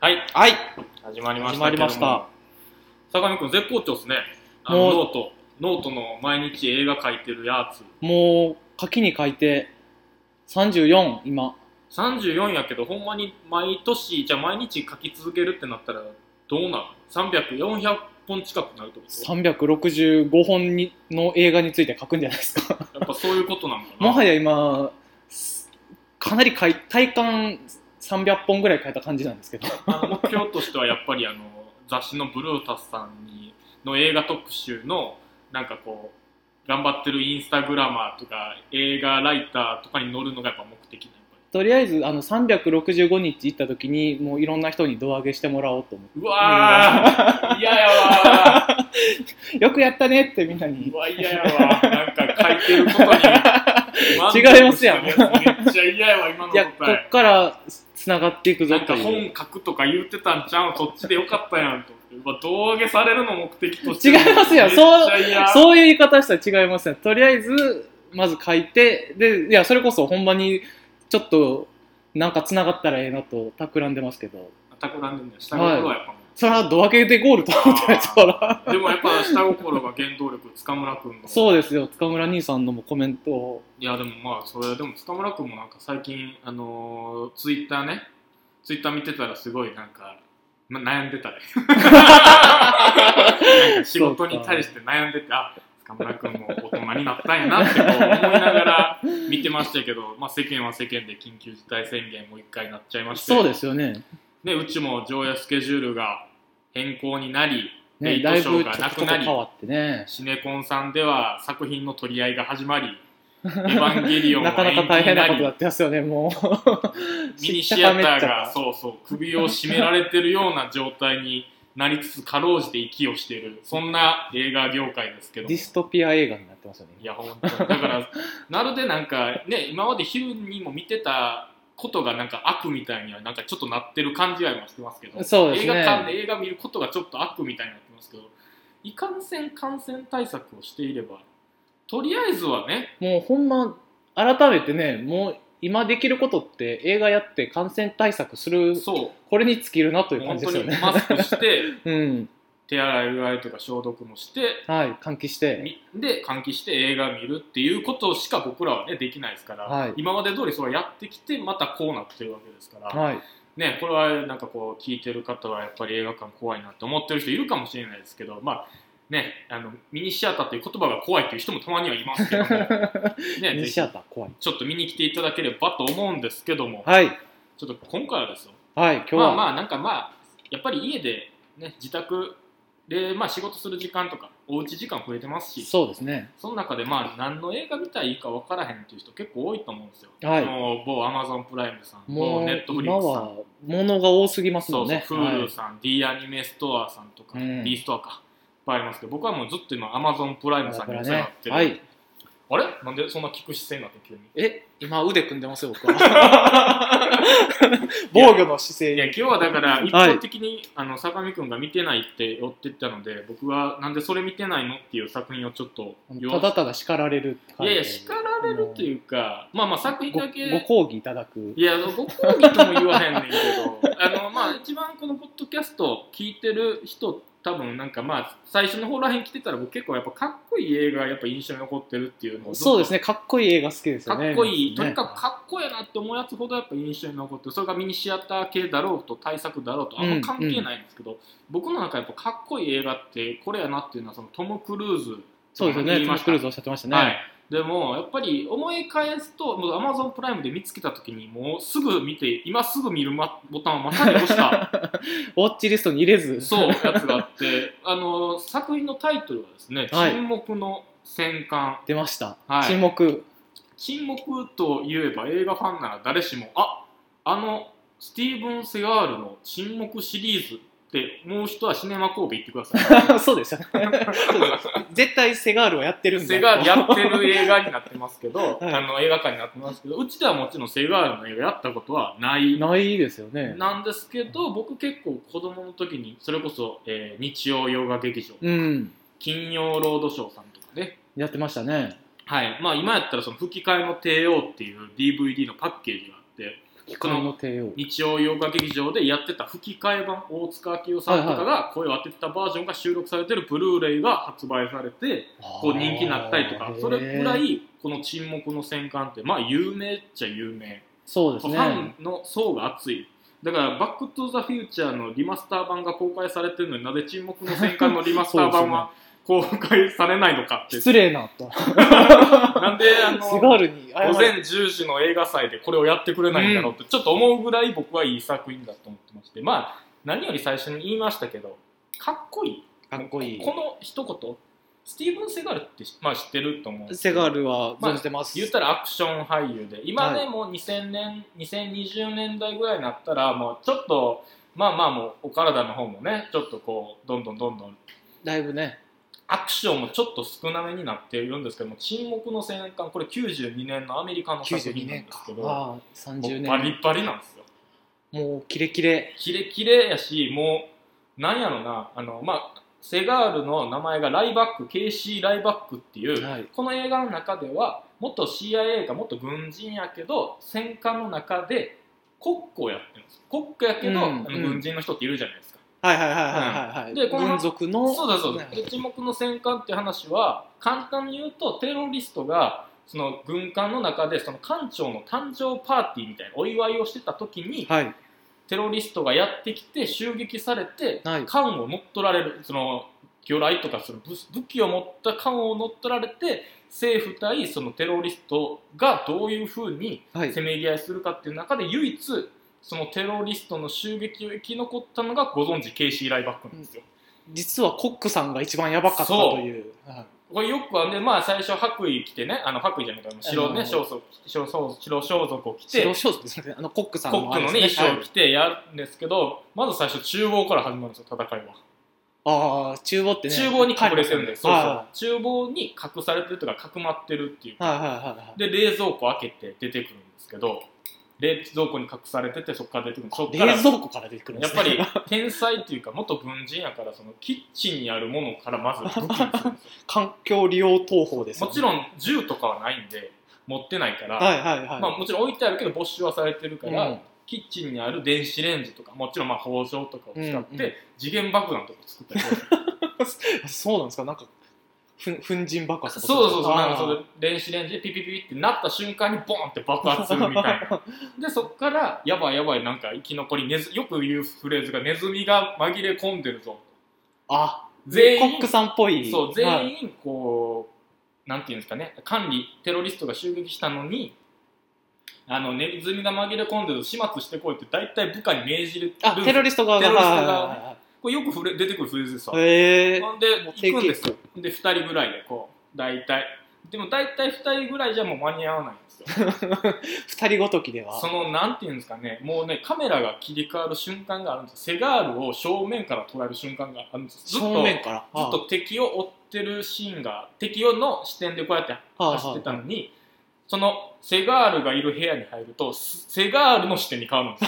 はい、はい、始まりました始まりました。けども。坂上くん絶好調ですね。あのもうノート、ノートの毎日映画描いてるやつ。もう、書きに書いて、34、今。 34やけど、ほんまに毎年、じゃあ毎日描き続けるってなったら、どうなる ?300、400本近くなるってこと365本にの映画について書くんじゃないです か。やっぱそういうことなのかなもはや今、すかなり書い、体感300本ぐらい書いた感じなんですけど。あの目標としてはやっぱりあの雑誌のブルータスさんにの映画特集のなんかこう頑張ってるインスタグラマーとか映画ライターとかに乗るのがやっぱ目的なのとりあえず、あの、365日行った時に、もういろんな人に胴上げしてもらおうと思っうわー嫌やわて。よくやったねってみんなーにう。わ嫌やわーなんか書いてることに満足違いますやんしてるやつめっちゃ嫌やわ今のいや、こ答えっから繋がっていくぞなっんてかいう。本書くとか言ってたんちゃうそっちでよかったやんとうわ胴上げされるの目的として違い ますよめっちゃ嫌そういう言い方したら違いますね。とりあえず、まず書いて、で、いや、それこそほんまに、ちょっと、なんか繋がったらええなと、企んでますけど、全くなんでもない下心はやっぱもうそれはドアけでゴールと思ってないです から。でもやっぱ下心が原動力、塚村君の。そうですよ、塚村兄さんのもコメントを。いや、でもまあ、それ、でも塚村君もなんか最近、あのー、ツイッターね、ツイッター見てたらすごいなんか、ま、悩んでたね。なんか仕事に対して悩んでて、あ、塚村君も大人になったんやなってこう思いながら見てましたけど、まあ世間は世間で緊急事態宣言もう一回なっちゃいまして、そうですよね。ね、うちも上映スケジュールが変更になり、レね、イトだいぶシちョょーっがとなちくょっとなり変わってね。シネコンさんでは作品の取り合いが始ま り、エヴァンゲリオンなはかな延期か大に変ななことやりっ、てますよね、もう。ミニシアターがそそうそう首を絞められてるような状態になりつつ、かろうじて息をしている、そんな映画業界ですけう ども。ディストピア映画になってますよね。いや、本当にだ から、なのでなんか、ね、今まで昼にも見てたことがなんか悪みたいには、なんかちょっとなってる感じは今してますけど、そうですね映画館で映画見ることがちょっと悪みたいになってますけど、いかんせん感染対策をしていれば、とりあえずはね、もうほんま改めてねもう今できることって映画やって感染対策するそう、これに尽きるなという感本じ当ですよにねマスクして、 うん手洗い、うがいとか消毒もして、はい換気してみで、換気して映画見るっていうことしか僕らはね、できないですから、はい今まで通りそれやってきて、またこうなってるわけですから、 はいね、これはなんかこう、聞いてる方はやっぱり映画館怖いなって思ってる人いるかもしれないですけど、まあ、ね、あのミニシアターという言葉が怖いっていう人もたまにはいます けども、ね、西ぜひ畑怖いちょっと見に来ていただければと思うんですけども、はいちょっと今回はですよ、はい今日まあは、まあなんかまあやっぱり家でね自宅でまあ仕事する時間とかおうち時間増えてますしそそうですねの中でまあ何の映画見たらいいか分からへんっていう人結構多いと思うんですよ、はいもう某アマゾンプライムさん某もネットうフリッ今クスさんは物が多すぎますそもんうそうね Hulu さん、D アニメストアさんとか、うん D ストアかいっぱいありますけど僕はもうずっと今アマゾンプライはムいさんにおだ世話になってる、ねはいあれなんでそんな聞く姿勢になって急にえ今腕組んでますよ僕は 防御の姿勢いや今日はだから一方的に、あの坂上くんが見てないって追ってったので僕はなんでそれ見てないのっていう作品をちょっと用意ただただ叱られるってい感じやいや叱られるというかまあまあ作品だけごご講義いただくいやご講義とも言わへんねんけど あのまあ一番このポッドキャスト聞いてる人多分なんかまあ最初の方らへん来てたら僕結構やっぱかっこいい映画がやっぱ印象に残ってるっていうのをずっとそうですね、かっこいい映画好きですかよね。っこいい、皆とさんにねかくかっこいいなって思うやつほどやっぱ印象に残ってるそれがミニシアター系だろうと対策だろうとあんま関係ないんですけど、僕の中でやっぱかっこいい映画ってこれやなっていうのはそのトム・クルーズそうです言よね、いトまム・したクルーズおっしゃってましたね。はい、でもやっぱり思い返すともう Amazon プライムで見つけた時にもうすぐ見て今すぐ見るまボタンをまさに押した ウォッチリストに入れず、そうやつがあってあの作品のタイトルはですね「はい沈黙の戦艦出ました、はい沈黙、」 沈黙といえば映画ファンなら誰しもああのスティーブン・セガールの「沈黙」シリーズって思う人はシネマ神戸行ってください そうですよね、そうです絶対セガールはやってるんだセガールやってる映画になってますけど、 はいあの映画館になってますけどうちではもちろんセガールの映画やったことはないないですよね。なんですけど僕結構子供の時にそれこそ、えー日曜洋画劇場うん、金曜ロードショーさんとかねやってましたね。はいまあ今やったらその吹き替えの帝王っていう DVD のパッケージがあって光の帝王。日曜洋画劇場でやってた吹き替え版大塚明夫さんとかが声を当ててたバージョンが収録されてるブルーレイが発売されてこう人気になったりとあかーそれぐら。へーいこの「沈黙の戦艦」ってまあ有名っちゃ有名そうですフね。ァンの層が厚いだから「バック・トゥ・ザ・フューチャー」のリマスター版が公開されてるのになぜ「沈黙の戦艦」のリマスター版は公開されないのかって失礼なと。なんであシのガールに謝れ午前10時の映画祭でこれをやってくれないんだろうって、ちょっと思うぐらい僕はいい作品だと思ってましてまあ何より最初に言いましたけどかっこいいかっこいいこ。の一言スティーブン・セガールって、まあ、知ってると思うんですけセどガールは存じてます。言ったらアクション俳優で今ね、はいもう2000年2020年代ぐらいになったらもうちょっとまあまあもうお体の方もねちょっとこうどんどんどんどんだいぶね。アクションもちょっと少なめになっているんですけども「沈黙の戦艦」これ92年のアメリカの作92品なん年でかすけ。どもああ、30うバリ年。バリなんですよもうキレキレ。キレキレやしもうなんやろなあのまあセガールの名前がライバック KC ライバックっていう、はい。この映画の中では元 CIA が元軍人やけど戦艦の中でコックをやってるんですコックやけど、うんあうんの軍人の人っているじゃないですか、はいはいはいはいはい。でこの軍属の。そうだそうだ、ねで沈黙の戦艦っていう話は簡単に言うとテロリストがその軍艦の中でその艦長の誕生パーティーみたいなお祝いをしてた時に、はい。テロリストがやってきて襲撃されて、はい艦を乗っ取られるその魚雷とかその武武器を持った艦を乗っ取られて政府対そのテロリストがどういうふうにはい。せめぎ合いするかっていう中で唯一そのテロリストの襲撃を生き残ったのがご存知ケイシー・ライバックなんですよ。実はコックさんが一番やばかったという。はいこれよくはね、まあ、最初白衣着てねあの白衣じゃないか白あねの装束白装白装束を着て白装束ですね。あのコックさんコッあクれでのすね衣装をはい着てやるんですけどまず最初厨房から始まるんですよ戦いは。ああ、厨房ってね。厨房に隠れてるんですそうはそう厨房に隠されてるというかかくまってるっていういはいはいはい。で冷蔵庫開けて出てくるんですけど冷蔵庫に隠されててそこから出てくるそこから冷蔵庫から出てくるんでやっすぱねり天才っていうか元軍人やからそのキッチンにあるものからまず武器にするんですよ環境利用投法ですよもねちろん銃とかはないんで持ってないから、はいはいはい、まあ、もちろん置いてあるけど没収はされてるから、うんキッチンにある電子レンジとかもちろんまあ包丁とかを使って、うんうん次元爆弾とか作ったりするんですよそうなんですかなんかふん粉塵爆発とかそうそうそうあーなんかそれ電子レンジでピピピピってなった瞬間にボーンって爆発するみたい なでそっからやばいやばいなんか生き残りネズよく言うフレーズがネズミが紛れ込んでるぞあ全員コックさんっぽいそうは全い員こう、なんていうんですかね管理テロリストが襲撃したのにあのネズミが紛れ込んでる始末してこいって大体部下に命じるあテロリスト側がテロリスト側はいはこれよくフレ出てくるフレーズですわいはいへえほんでもう定行くん型ですよで2人ぐらいでこう大体でも大体2人ぐらいじゃもう間に合わないんですよ二人ごときではそのなんていうんですかねもうねカメラが切り替わる瞬間があるんですセガールを正面から捉える瞬間があるんですずっと正面からずっと敵を追ってるシーンが敵をの視点でこうやって走ってたのに、そのセガールがいる部屋に入るとすセガールの視点に変わるんで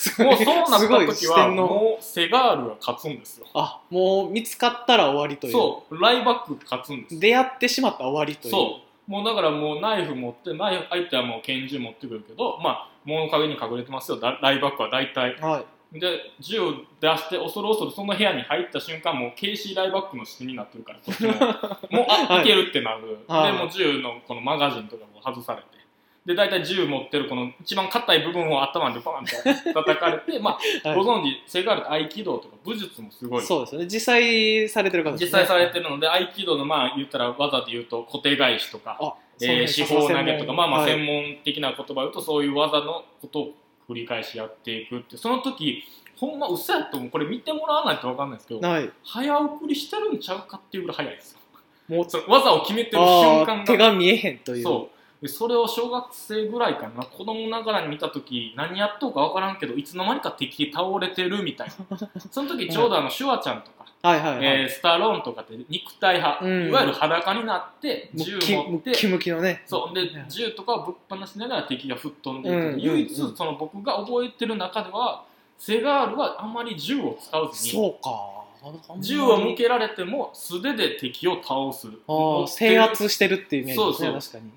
す よはいもうそうなっすごいた時視は点のもうセガールが勝つんですよあもう見つかったら終わりというそうライバックが勝つんですよ出会ってしまったら終わりというそうもうだからもうナイフ持ってナイフ相手はもう拳銃持ってくるけどまあ物陰に隠れてますよだライバックは大体はいで銃を出して恐る恐るその部屋に入った瞬間もうケイシーライバックの視点になってるからこ っちももうあはいいけるってなる、はいでもう銃のこのマガジンとかも外されてで大体銃持ってるこの一番硬い部分を頭でバーンって叩かれ てまあ、はいご存知セガールって合気道とか武術もすごいそうですよね実際されてる方ですね実際されてるので合気道のまあ言ったら技で言うと固定返しとかあえー、四方投げとか、まあまあ門専門的な言葉を言うと、そういう技のことを繰り返しやっていくって、その時、ほんま嘘やと思う、これ見てもらわないと分かんないですけど、はいはい早送りしてるんちゃうかっていうぐらい早いですよ。もうその技を決めてる瞬あ間ーが。手が見えへんというそうでそれを小学生ぐらいかな子供ながらに見た時何やっとうか分からんけどいつの間にか敵倒れてるみたい なその時ちょうどあのシュワちゃんとか、はいはいはい、えースタローンとかって肉体派、うんいわゆる裸になってもう銃き持ムってキムキのねそうでね銃とかをぶっ放しながら敵が吹っ飛んでいく、うん唯一うんその僕が覚えてる中ではセガールはあんまり銃を使うずにそうか銃を向けられても素手で敵を倒すあー制圧してるっていうイメージですねそう確かに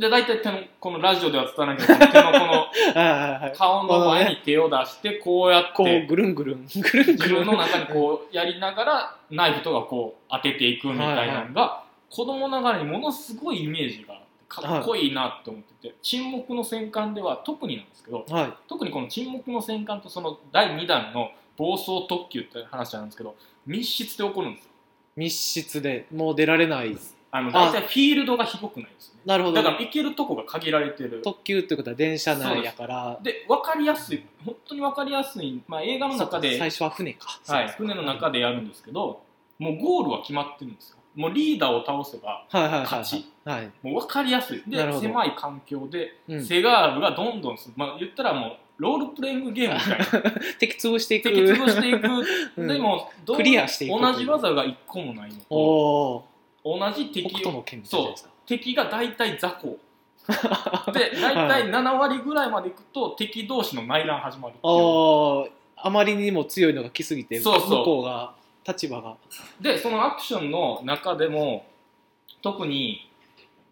で、大体手の、このラジオでは伝わらないけど、手のこの はいはいはい。顔の前に手を出して、こうやっこう、て、ぐるんぐるん、ぐるんぐ自る分ん。の中にこうやりながら、ナイフとかこう当てていくみたいなのが、子供ながらにものすごいイメージがあって、かっこいいなって思ってて、沈黙の戦艦では特になんですけど、はい。特にこの沈黙の戦艦とその第2弾の暴走特急って話なんですけど、密室で起こるんですよ。密室で、もう出られない。あの、大体フィールドが広くないんですよね。なるほどだか。ら行けるとこが限られてる。特急ってことは電車内やから、で分かりやすい本当に分かりやすい、まあ、映画の中そっか最で、初は船か。はい、船の中でやるんですけどもうゴールは決まってるんですよもうリーダーを倒せばはいはいは勝いちはい。はい。もう分かりやすいでなるほど狭い環境で、うん。セガールがどんどんす、まあ、言ったらもうロールプレイングゲームみたいな敵潰していく。敵潰していく、 うんでもどうクリアしていくとい同うじ技が一個もないのおと同お。じ北敵斗をの剣みたいなやつだ敵が大体雑 魚で大体7割ぐらいまでいくと敵同士の内乱始まるっていうあああまりにも強いのが来すぎてそうそう向こうが立場がでそのアクションの中でも特に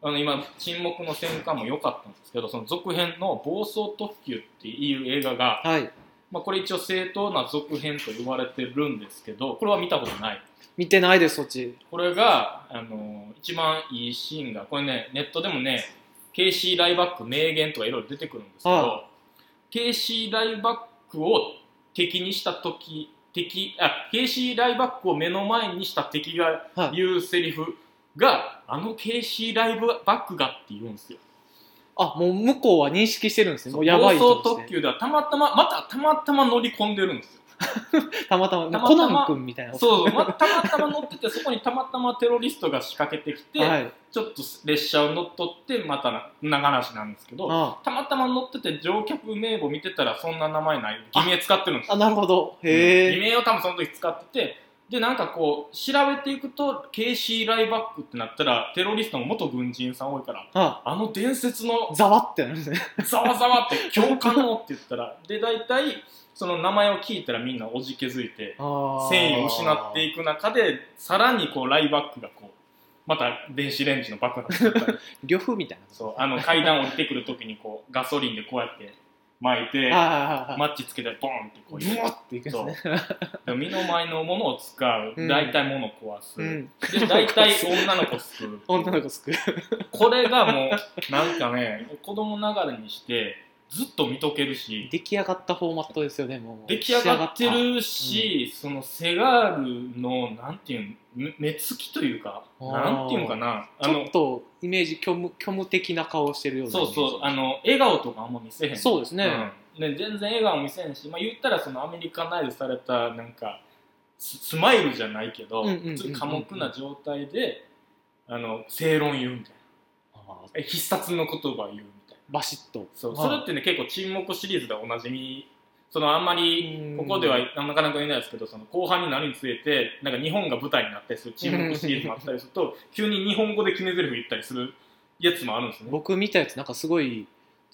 あの今「沈黙の戦艦」も良かったんですけどその続編の「暴走特急」っていう映画が、はいまあ、これ一応正当な続編と言われてるんですけどこれは見たことない見てないですそっちこれがあの一番いいシーンがこれねネットでもねケイシー・ライバック名言とかいろいろ出てくるんですけど、はケイシー・ライバックを敵にした時敵あケイシー・ライバックを目の前にした敵がはいいうセリフがあのケイシー・ライブバックがって言うんですよ。あもう向こうは認識してるんですねもうやば暴い人走と特して急ではたまたままたたまたま乗り込んでるんですよ。たまたまたまたまコナン君みたいなそうまたまたま乗っててそこにたまたまテロリストが仕掛けてきて、 はいちょっと列車を乗っ取ってまたな長話なんですけどあたまたま乗ってて乗客名簿見てたらそんな名前ない偽名使ってるんですよあなるほど偽へえ名を多分その時使っててでなんかこう調べていくとケイシー・ライバックってなったらテロリストの元軍人さん多いからああの伝説のざわってなるんですねざわざわって共感をって言ったらで大体その名前を聞いたらみんなおじけづいてあ繊維を失っていいくく中でさらにこうライバックがこうまた電子レンジの爆発だったり呂布みたいなそうあの階段降りてくる時にこうガソリンでこうやって巻いてああマッチつけてボンってこうブいうワッていくんですねで身の前のものを使ううん大体物を壊す、うんで大体女の子救う 女の子救うこれがもうなんかね子供ながらにしてずっと見とけるし出来上がったフォーマットですよねもう出来上がってるし、そのセガールのなんていうの目目つきというかあーなんていうのかなあ仕上がったのちょっとイメージ虚無虚無的な顔してるようなそうそうあのの笑顔とかあんま見せへんそうですね、うんね全然笑顔見せへんし、まあ、言ったらそのアメリカナイズされたなんかススマイルじゃないけど、うんうんうんうん普通に寡黙な状態であの正論言うみたいなあえ必殺の言葉言うみたいなバシッとそうはいそれってね結構沈黙シリーズでおなじみそのあんまりうんここではなかなか言えないですけどその後半になるにつれてなんか日本が舞台になったりする沈黙シリーズもあったりすると急に日本語で決め台詞言ったりするやつもあるんですね。僕見たやつなんかすごい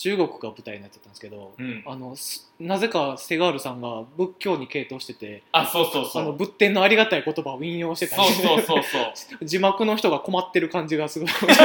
中国が舞台になってたんですけど、うん、あのすなぜかセガールさんが仏教に傾倒しててあそうそうそあのう仏典のありがたい言葉を引用してたりそうそうそうそう 字幕の人が困ってる感じがすごい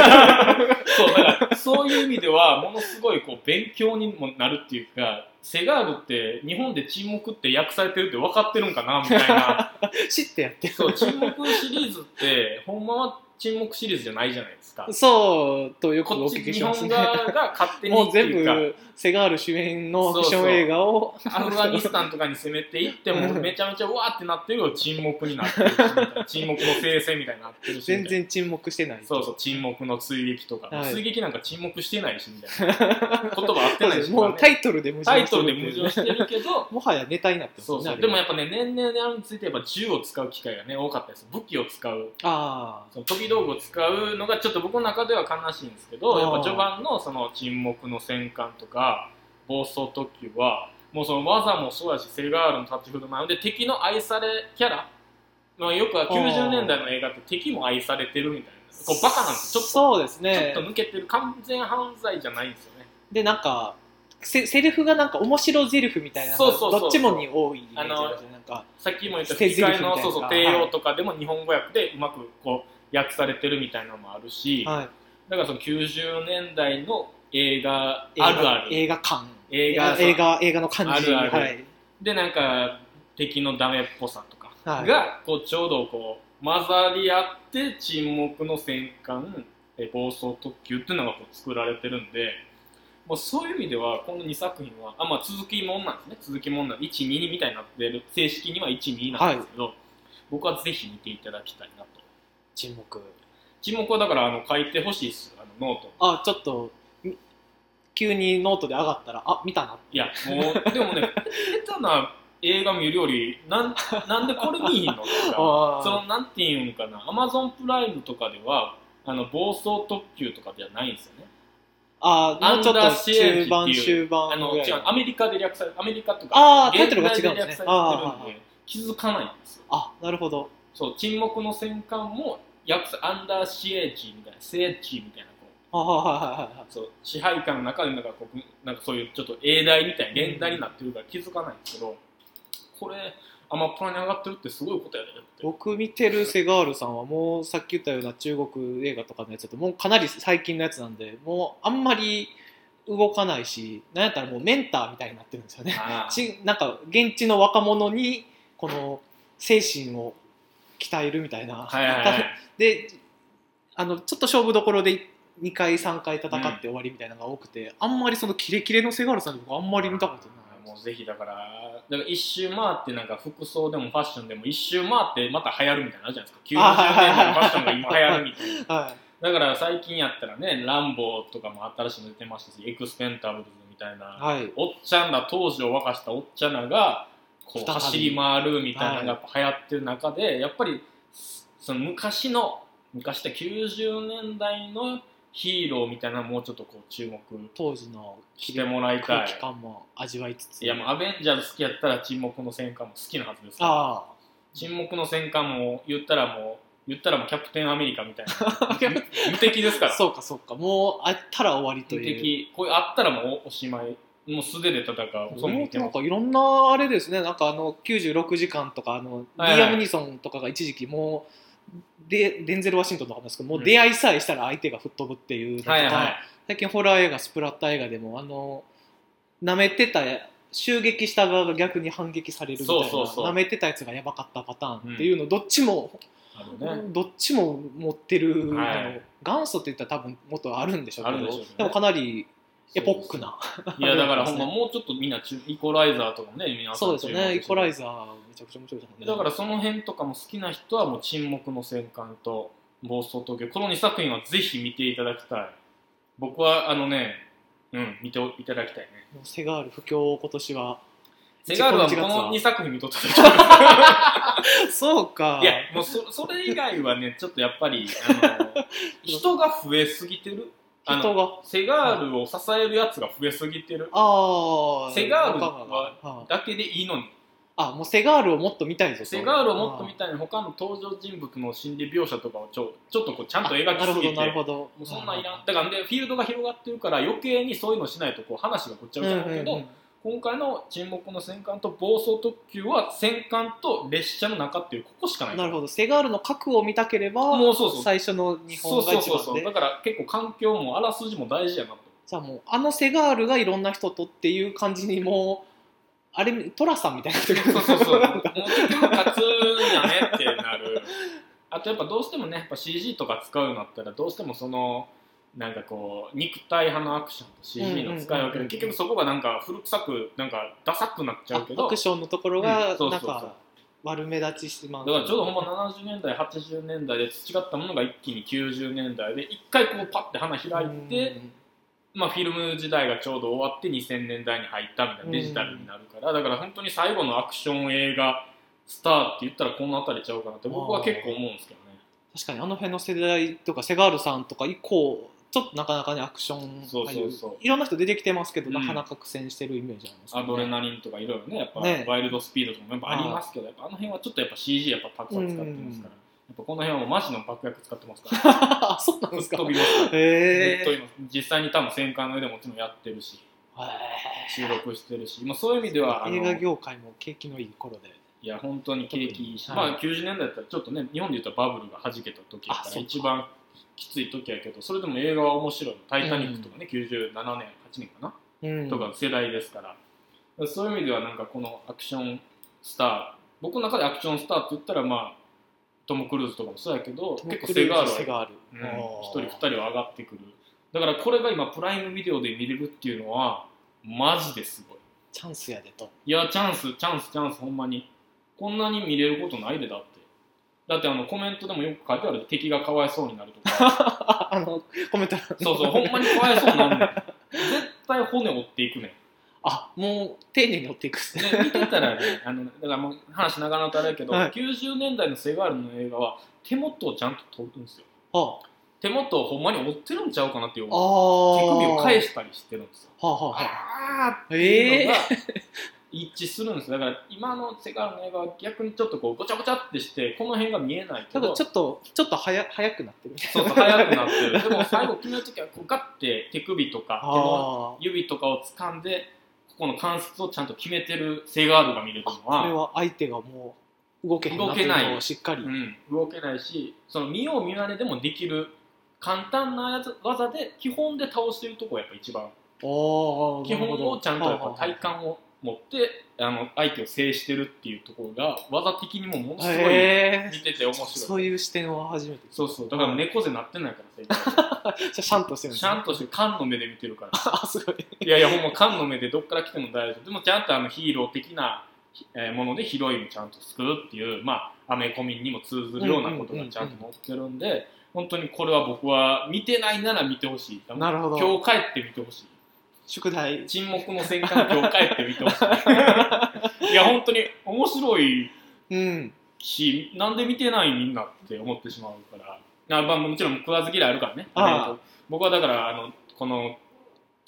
そうだからそういう意味ではものすごいこう勉強にもなるっていうかセガールって日本で沈黙って訳されてるって分かってるんかなみたいな。 知ってやってるそう沈黙シリーズってほんまは沈黙シリーズじゃないじゃないですかそうとよくこおっち聞きし日ます本ね側が勝手にもうって全いうか 部セガール主演のアクシそうョそうン映画をアフガニスタンとかに攻めていってもうんめちゃめちゃうわーってなってるよ沈黙になってるしみたいな沈黙の聖戦みたいになってるしみたい全な然沈黙してないそうそう沈黙の追撃とか、はい追撃なんか沈黙してないしみたい な言葉合ってないし、もうねタイトルで矛タ盾イしてトるルで矛盾してるけどもはやネタになってますそうねあそうれでもやっぱね年々ねあるについてやっぱ銃を使う機会がね多かったです武器を使うあその飛び道具を使うのがちょっと僕の中では悲しいんですけどあーやっぱ序盤のその沈黙の戦艦とか暴走特急はもうその技もそうやしセガールの立ち振る舞いで敵の愛されキャラ、まあ、よくは90年代の映画って敵も愛されてるみたいなこうバカなんですちょっとそうですねちょっと抜けてる完全犯罪じゃないんですよねでなんかセセリフがなんか面白セリフみたいなのがそうそうそうどっちもに多いイメージがああのるじゃんなんかさっきも言った捨て吹台き詞み替えたいなのそうそう帝王とかでも日本語訳でうまくこう訳されてるみたいなのもあるし、はいだからその90年代の映画あるある映画館映画映画映画の感じあるあるはいでなんか敵のダメっぽさとかはいがこうちょうどこう混ざり合って沈黙の戦艦え暴走特急っていうのがこう作られてるんでもうそういう意味ではこの2作品はあ、まあ、続きもんなんですね続きもんなん12みたいになってる正式には12なんですけど、僕はぜひ見ていただきたいなと沈黙沈黙はだからあの書いてほしいですあのノートにあちょっとみ急にノートで上がったらあ見たないやもうでもね下手な映画見るよりなん なんでこれ見いひんのとかあーそのなんていうんかな、アマゾンプライムとかでは、あの暴走特急とかじゃないんですよね。あもうちょっアンダーとシエージっていう中盤終盤あのぐらい違うアメリカで略されアメリカとか、あー現代タイトルが違うんですね略されてるんあで、気づかないんですよ。あなるほどそう、沈黙の戦艦も、略さアンダーシエージみたいな、セージみたいな、こうあはいはいはいはいそう支配下の中でなんかこう、なんかそういうちょっと英大みたいな、現代になってるから気づかないんですけど、これ、アマプラに上がってるってすごいことやでって。僕見てるセガールさんはもうさっき言ったような中国映画とかのやつだともうかなり最近のやつなんでもうあんまり動かないしなんやったらもうメンターみたいになってるんですよねあー ちなんか現地の若者にこの精神を鍛えるみたいな、はいはいはい。であのちょっと勝負どころで2回3回戦って終わりみたいなのが多くて、あんまりそのキレキレのセガールさん僕あんまり見たことないもうぜひだから、だから一周回ってなんか服装でもファッションでも一周回ってまた流行るみたいなのあるじゃ ないですか。90年代のファッションが今流行るみたいな。は だから最近やったらね、ランボーとかも新しいの出てましたし、エクスペンタブルズみたいい、な、はい、おっちゃんら、当時を沸かしたおっちゃんらが、こう再び走り回るみたいなのがやっぱ流行ってる中で、やっぱりその昔の、昔って90年代のヒーローみたいなのもうちょっとこう注目当時のしてもらいた空い気。感も味わいつついやもうアベンジャーズ好きやったら沈黙の戦艦も好きなはずですからあ沈黙の戦艦も言ったらもう言ったらもうキャプテンアメリカみたい な無無敵ですかあらそうかそうかもうあったら終わりと無いう敵こういうあったらもうおしまいもう素手で戦うそそうう見てなまんすかいろんなあれですねなんかあの96時間とかあのはいはいリアム・ニーソンとかが一時期もうでデンゼル・ワシントンとかなんですけどもう出会いさえしたら相手が吹っ飛ぶっていうのとか、はいはい最近ホラー映画スプラッター映画でもあの舐めてた襲撃した側が逆に反撃されるみたいなそうそうそう舐めてたやつがやばかったパターンっていうの、どっちも、あるねどっちも持ってる、はい元祖って言ったら多分もっとあるんでしょうけどあるでしょうねもかなりエポックなそうですいやだからほんまもうちょっとみんな注イコライザーとかもね皆さんそうですよねイコライザザーめちゃくちゃ面白いですもんねだからその辺とかも好きな人はもう沈黙の戦艦と暴走東京この2作品はぜひ見ていただきたい僕はあのねうん見ていただきたいねセガール不況を今年は セガールは一こ番違うの2作品見とっただけ そうかいやもうそそれ以外はねちょっとやっぱりあ の人が増えすぎてるあの人がセガールを支えるやつが増えすぎてるああセガールははだけでいいのにあもうセガールをもっと見たいぞセガールをもっとみ見たいに他の登場人物の心理描写とかをちょちょっとこうちゃんと描きすぎてなるほどなるほもどうそんなんいらんだからでフィールドが広がってるから余計にそういうのしないとこう話がごっちゃごちゃだけど、うんうんうん今回の「沈黙の戦艦」と「暴走特急」は戦艦と列車の中っていうここしかないなるほどセガールの核を見たければもうそうそう最初の日そう本がそう一そう番そうだでから結構環境もあらすじも大事やなとじゃあもうあのセガールがいろんな人とっていう感じにもうあれトラさんみたいな人がそうそうそうもなんうか結局勝つんやねってなるあとやっぱどうしてもねやっぱ CG とか使うようになったらどうしてもそのなんかこう肉体派のアクションと CG の使い分けうんうんうんうでん結局そこがなんか古臭くなんかダサくなっちゃうけアどクションのところうんがそうそなうんそうか悪目立ちしてまうだからちょうどほんま70年代80年代で培ったものが一気に90年代で一回こうパッて花開いて、うんまあ、フィルム時代がちょうど終わって2000年代に入ったみたいなデジタルになるから、だから本当に最後のアクション映画スターって言ったらこの辺りちゃうかなって僕は結構思うんですけどね確かにあの辺の世代とかセガールさんとか以降ちょっとなかなかねアクションそうそうそうああいろんな人出てきてますけど、うんなかなか苦戦してるイメージありますねアドレナリンとかいろいろねやっぱねワイルドスピードとかもやっぱありますけど、やっぱあの辺はちょっとやっぱ CG やっぱたくさん使ってますから、やっぱこの辺はもうマジの爆薬使ってますから あ そうなんぶでっすか飛びますから、ぶへっえ飛びます実際に多分戦艦の上でもちろんやってるし収録してるし、まあ、そういう意味ではあの映画業界も景気のいい頃でいや、本当に景気いいし、はいまあ90年代だったら、ちょっとね、日本で言ったらバブルがはじけた時だあから、そうか一番きつい時やけどそれでも映画は面白い「タイタニック」とかね、97年8年かな、うんとか世代ですからそういう意味ではなんかこのアクションスター僕の中でアクションスターって言ったらまあトム・クルーズとかもそうやけどトム結構クルセーズガールはセガールうんあー一人二人は上がってくるだからこれが今プライムビデオで見れるっていうのはマジですごいチャンスやでといやチャンスチャンスチャンスほんまにこんなに見れることないでだってだってあのコメントでもよく書いてある敵がかわいそうになるとか ああのコメント欄そうそうほんまにかわいそうになんねん絶対骨折っていくねんあもう丁寧に追っていくっすねで見てたら ねあのだからもう話長々とあれやけど、はい90年代のセガールの映画は手元をちゃんと撮るんですよあ手元をほんまに折ってるんちゃうかなっていうあ手首を返ししたりしてるんですよはあはあはああーっていえうえのが一致するんですだから今のセガールの映画は逆にちょっとこうごちゃごちゃってしてこの辺が見えないけたどだちょっとちょっと早早くなってるねそうそう速くなってるでも最後決める時はこうガッて手首とか手の ああ指とかを掴んでここの関節をちゃんと決めてるセガールが見れるのこれはは相手がもう動けへんなっていう動けのなをいしっかりうん、動けないしその見よう見まねでもできる簡単なやつ技で基本で倒してるとこがやっぱ一番おー基なる本ほどをちゃんとやっぱ体は感を持ってあの相手を制してるっていうところが技的にもものあすはあごいへえ見てて面白いそういう視点は初めてそうそうだから猫背なってないからじゃあシャンとしてるん正直ですちゃんとして缶の目で見てるから あすごいいやいやほんま缶の目でどっから来ても大丈夫でもちゃんとあのヒーロー的なえーものでヒロインをちゃんと救うっていうまあアメコミにも通ずるようなことがちゃんと載ってるんで本当にこれは僕は見てないなら見てほしいなるほど今日帰って見てほしい宿題沈黙の戦艦今日帰って見てほしい いや本当に面白いうんしなんで見てないみんなって思ってしまうからあ、まあ、もちろん食わず嫌いあるからねああ僕はだからあのこの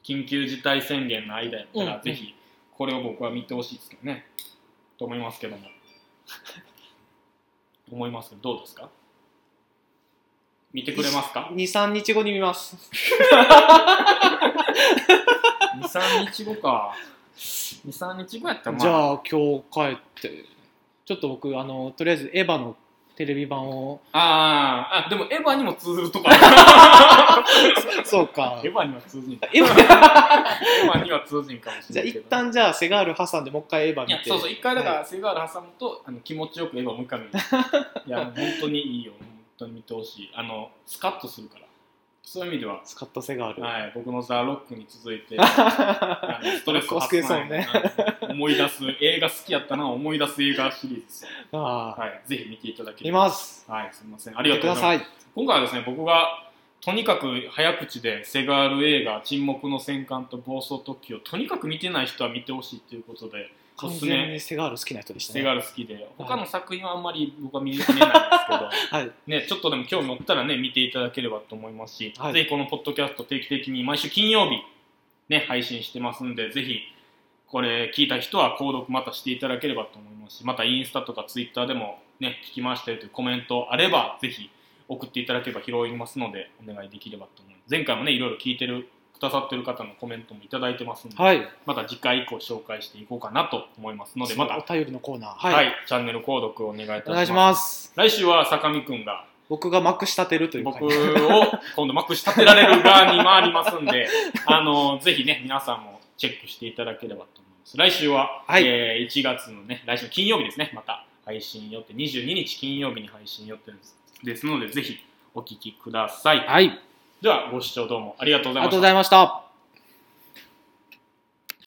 緊急事態宣言の間やったら、うんぜひこれを僕は見てほしいですけどねと思いますけども思いますけどどうですか見てくれます か23日後に見ます23日後か23日後やったらまじゃあ今日帰ってちょっと僕あのとりあえずエヴァのテレビ 版をああーあでもエヴァにも通ずるとこあるそうか エヴァには通ずんエヴァエヴァには通じんかもし じれゃあないけ一ど、旦じゃあセガール挟んでもう一回エヴァ見いやてそうそう一回だからセガール挟むと、あの気持ちよくエヴァ もう一回見るいやもう本当にいいよ本当に見てほしいあのスカッとするからそういう意味では、スカットセガール、はい、僕の「ザ・ロック」に続 いてあのストレス発そう散、ねうん思い出す映画好きやったな思い出す映画シリーズですよ、ああはい、ぜひ見ていただけ見ればますはいすみませんあありがとうございますい今回はですね僕がとにかく早口でセガール映画「沈黙の戦艦」と「暴走特急」をとにかく見てない人は見てほしいということでお完すす全めにセガール好きな人でしたねセガール好きで他の作品はあんまり僕は見れないんですけど、はいね、ちょっとでも興味持ったらね見ていただければと思いますし、はいぜひこのポッドキャスト定期的に毎週金曜日、ね、配信してますんでぜひこれ聞いた人は購読またしていただければと思いますしまたインスタとかツイッターでも、ね、聞きましたよというコメントあればぜひ送っていただければ拾いますのでお願いできればと思います前回もねいろいろ聞いてるくださってる方のコメントもいただいてますので、はいまた次回以降紹介していこうかなと思いますのでまたお便りのコーナーは、はいい、チャンネル購読をお願いいたします。お願いします来週は坂見くんが僕がまくしたてるという僕感をじ今度まくし立てられる側に回りますんで、 あの、ぜひね、皆さんもチェックしていただければと思います。来週は、はいえー1月のね、来週の金曜日ですね、また配信予定、22日金曜日に配信予定ですですので、ぜひお聞きください。はいありでは、ご視聴どうもありがとうございまがしとうたご。ざいました